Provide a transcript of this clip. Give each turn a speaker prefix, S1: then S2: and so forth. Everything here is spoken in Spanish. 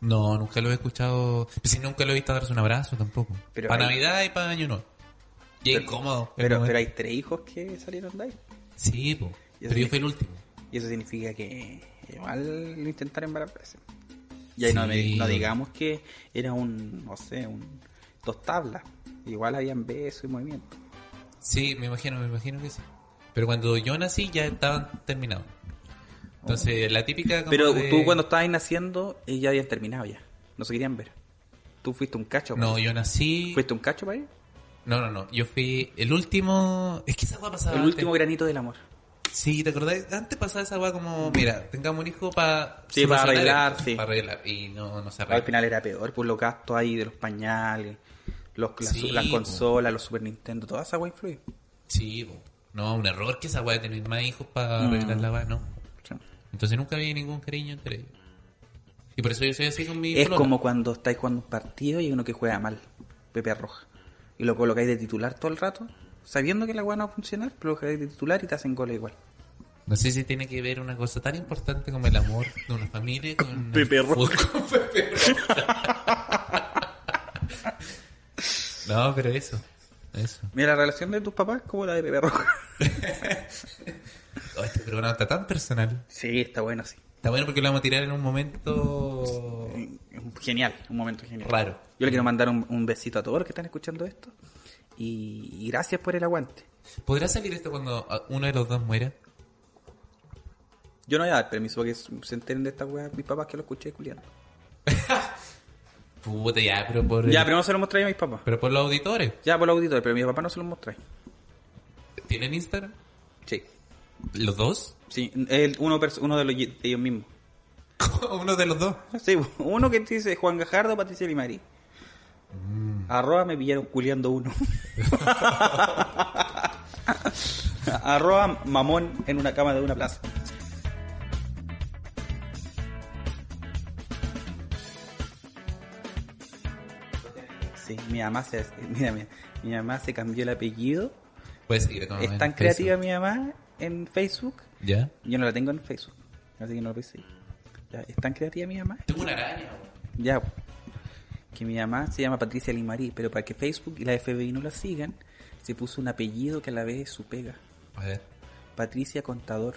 S1: No, nunca lo he escuchado. Pues si nunca lo he visto darse un abrazo tampoco.
S2: Pero
S1: para
S2: hay-
S1: Navidad y para Año Nuevo. Y es
S2: Pero-
S1: incómodo. es
S2: Pero,
S1: como-
S2: pero hay tres hijos que salieron de ahí.
S1: Sí, po.
S2: Yo
S1: pero yo
S2: sí.
S1: fui el último.
S2: Y eso significa que igual lo intentaron embarazarse. Y ahí no,
S1: Sí.
S2: no digamos que era un, no sé, un dos tablas. Igual habían besos y movimientos.
S1: Sí, me imagino, me imagino que sí. Pero cuando yo nací ya estaban terminados. Entonces, la típica. como
S2: Pero
S1: de-
S2: tú cuando estabas ahí naciendo, ellos ya habían terminado ya. No se querían ver. Tú fuiste un cacho.
S1: No,
S2: ¿pa?
S1: yo nací.
S2: ¿Fuiste un cacho para ellos?
S1: No, no, no. Yo fui el último. Es que esa hueá pasaba.
S2: El
S1: antes.
S2: último granito del amor.
S1: Sí, ¿te acordás? Antes pasaba esa hueá como, mira, tengamos un hijo para.
S2: Sí, pa arreglar, sí.
S1: Para arreglar. Y no, no se
S2: Al
S1: arregla.
S2: final era peor, pues los gastos ahí de los pañales, los, las,
S1: Sí,
S2: las
S1: po.
S2: consolas, los Super Nintendo, toda esa wea influye.
S1: Sí, po. no, un error que esa weá de tener más hijos para
S2: Mm.
S1: arreglar la weá, no.
S2: Sí.
S1: Entonces nunca había ningún cariño entre ellos. Y por eso yo soy así con mi.
S2: Es
S1: polola.
S2: como cuando estáis jugando un partido y hay uno que juega mal, Pepe Roja, y lo colocáis de titular todo el rato, sabiendo que la weá no va a funcionar, pero lo colocáis de titular y te hacen goles igual.
S1: No sé si tiene que ver una cosa tan importante como el amor de una familia con.
S2: Pepe
S1: el fútbol, con Pepe Roca. no, pero eso. Eso.
S2: Mira, la relación de tus papás es como la de Pepe Roja.
S1: Oh, este programa está tan personal.
S2: sí, está bueno, sí.
S1: Está bueno porque lo vamos a tirar en un momento.
S2: Genial, un momento genial.
S1: Raro.
S2: Yo le quiero mandar un, un besito a todos los que están escuchando esto y, y gracias por el aguante.
S1: ¿Podrá salir esto cuando ah, uno de los dos muera?
S2: Yo no voy a dar permiso para que se enteren de esta weá mis papás que lo escuché culiando.
S1: Puta, ya, pero por.
S2: Ya, pero no se lo mostré a mis papás.
S1: Pero por los auditores.
S2: Ya por los auditores, pero a mis papás no se lo mostré.
S1: ¿Tienen Instagram?
S2: Sí.
S1: ¿Los dos?
S2: Sí, el, uno, pers- uno de, los, de ellos mismos.
S1: Uno de los dos.
S2: Sí, uno que dice Juan Gajardo, Patricia Limari.
S1: Mm.
S2: Arroba me pillaron culiando uno. Arroba mamón en una cama de una plaza. Sí, mi mamá se, mira, mira, mi mamá se cambió el apellido.
S1: Pues sí, no,
S2: es
S1: en Facebook.
S2: tan creativa mi mamá en Facebook.
S1: ¿Ya? yo
S2: Yo no la tengo en Facebook, así que no lo pensé. Ya, es tan creativa mi mamá
S1: Tengo una araña.
S2: ya. Que mi mamá se llama Patricia Limarí, pero para que Facebook y la FBI no la sigan, se puso un apellido que a la vez es su pega.
S1: A ver.
S2: Patricia Contador.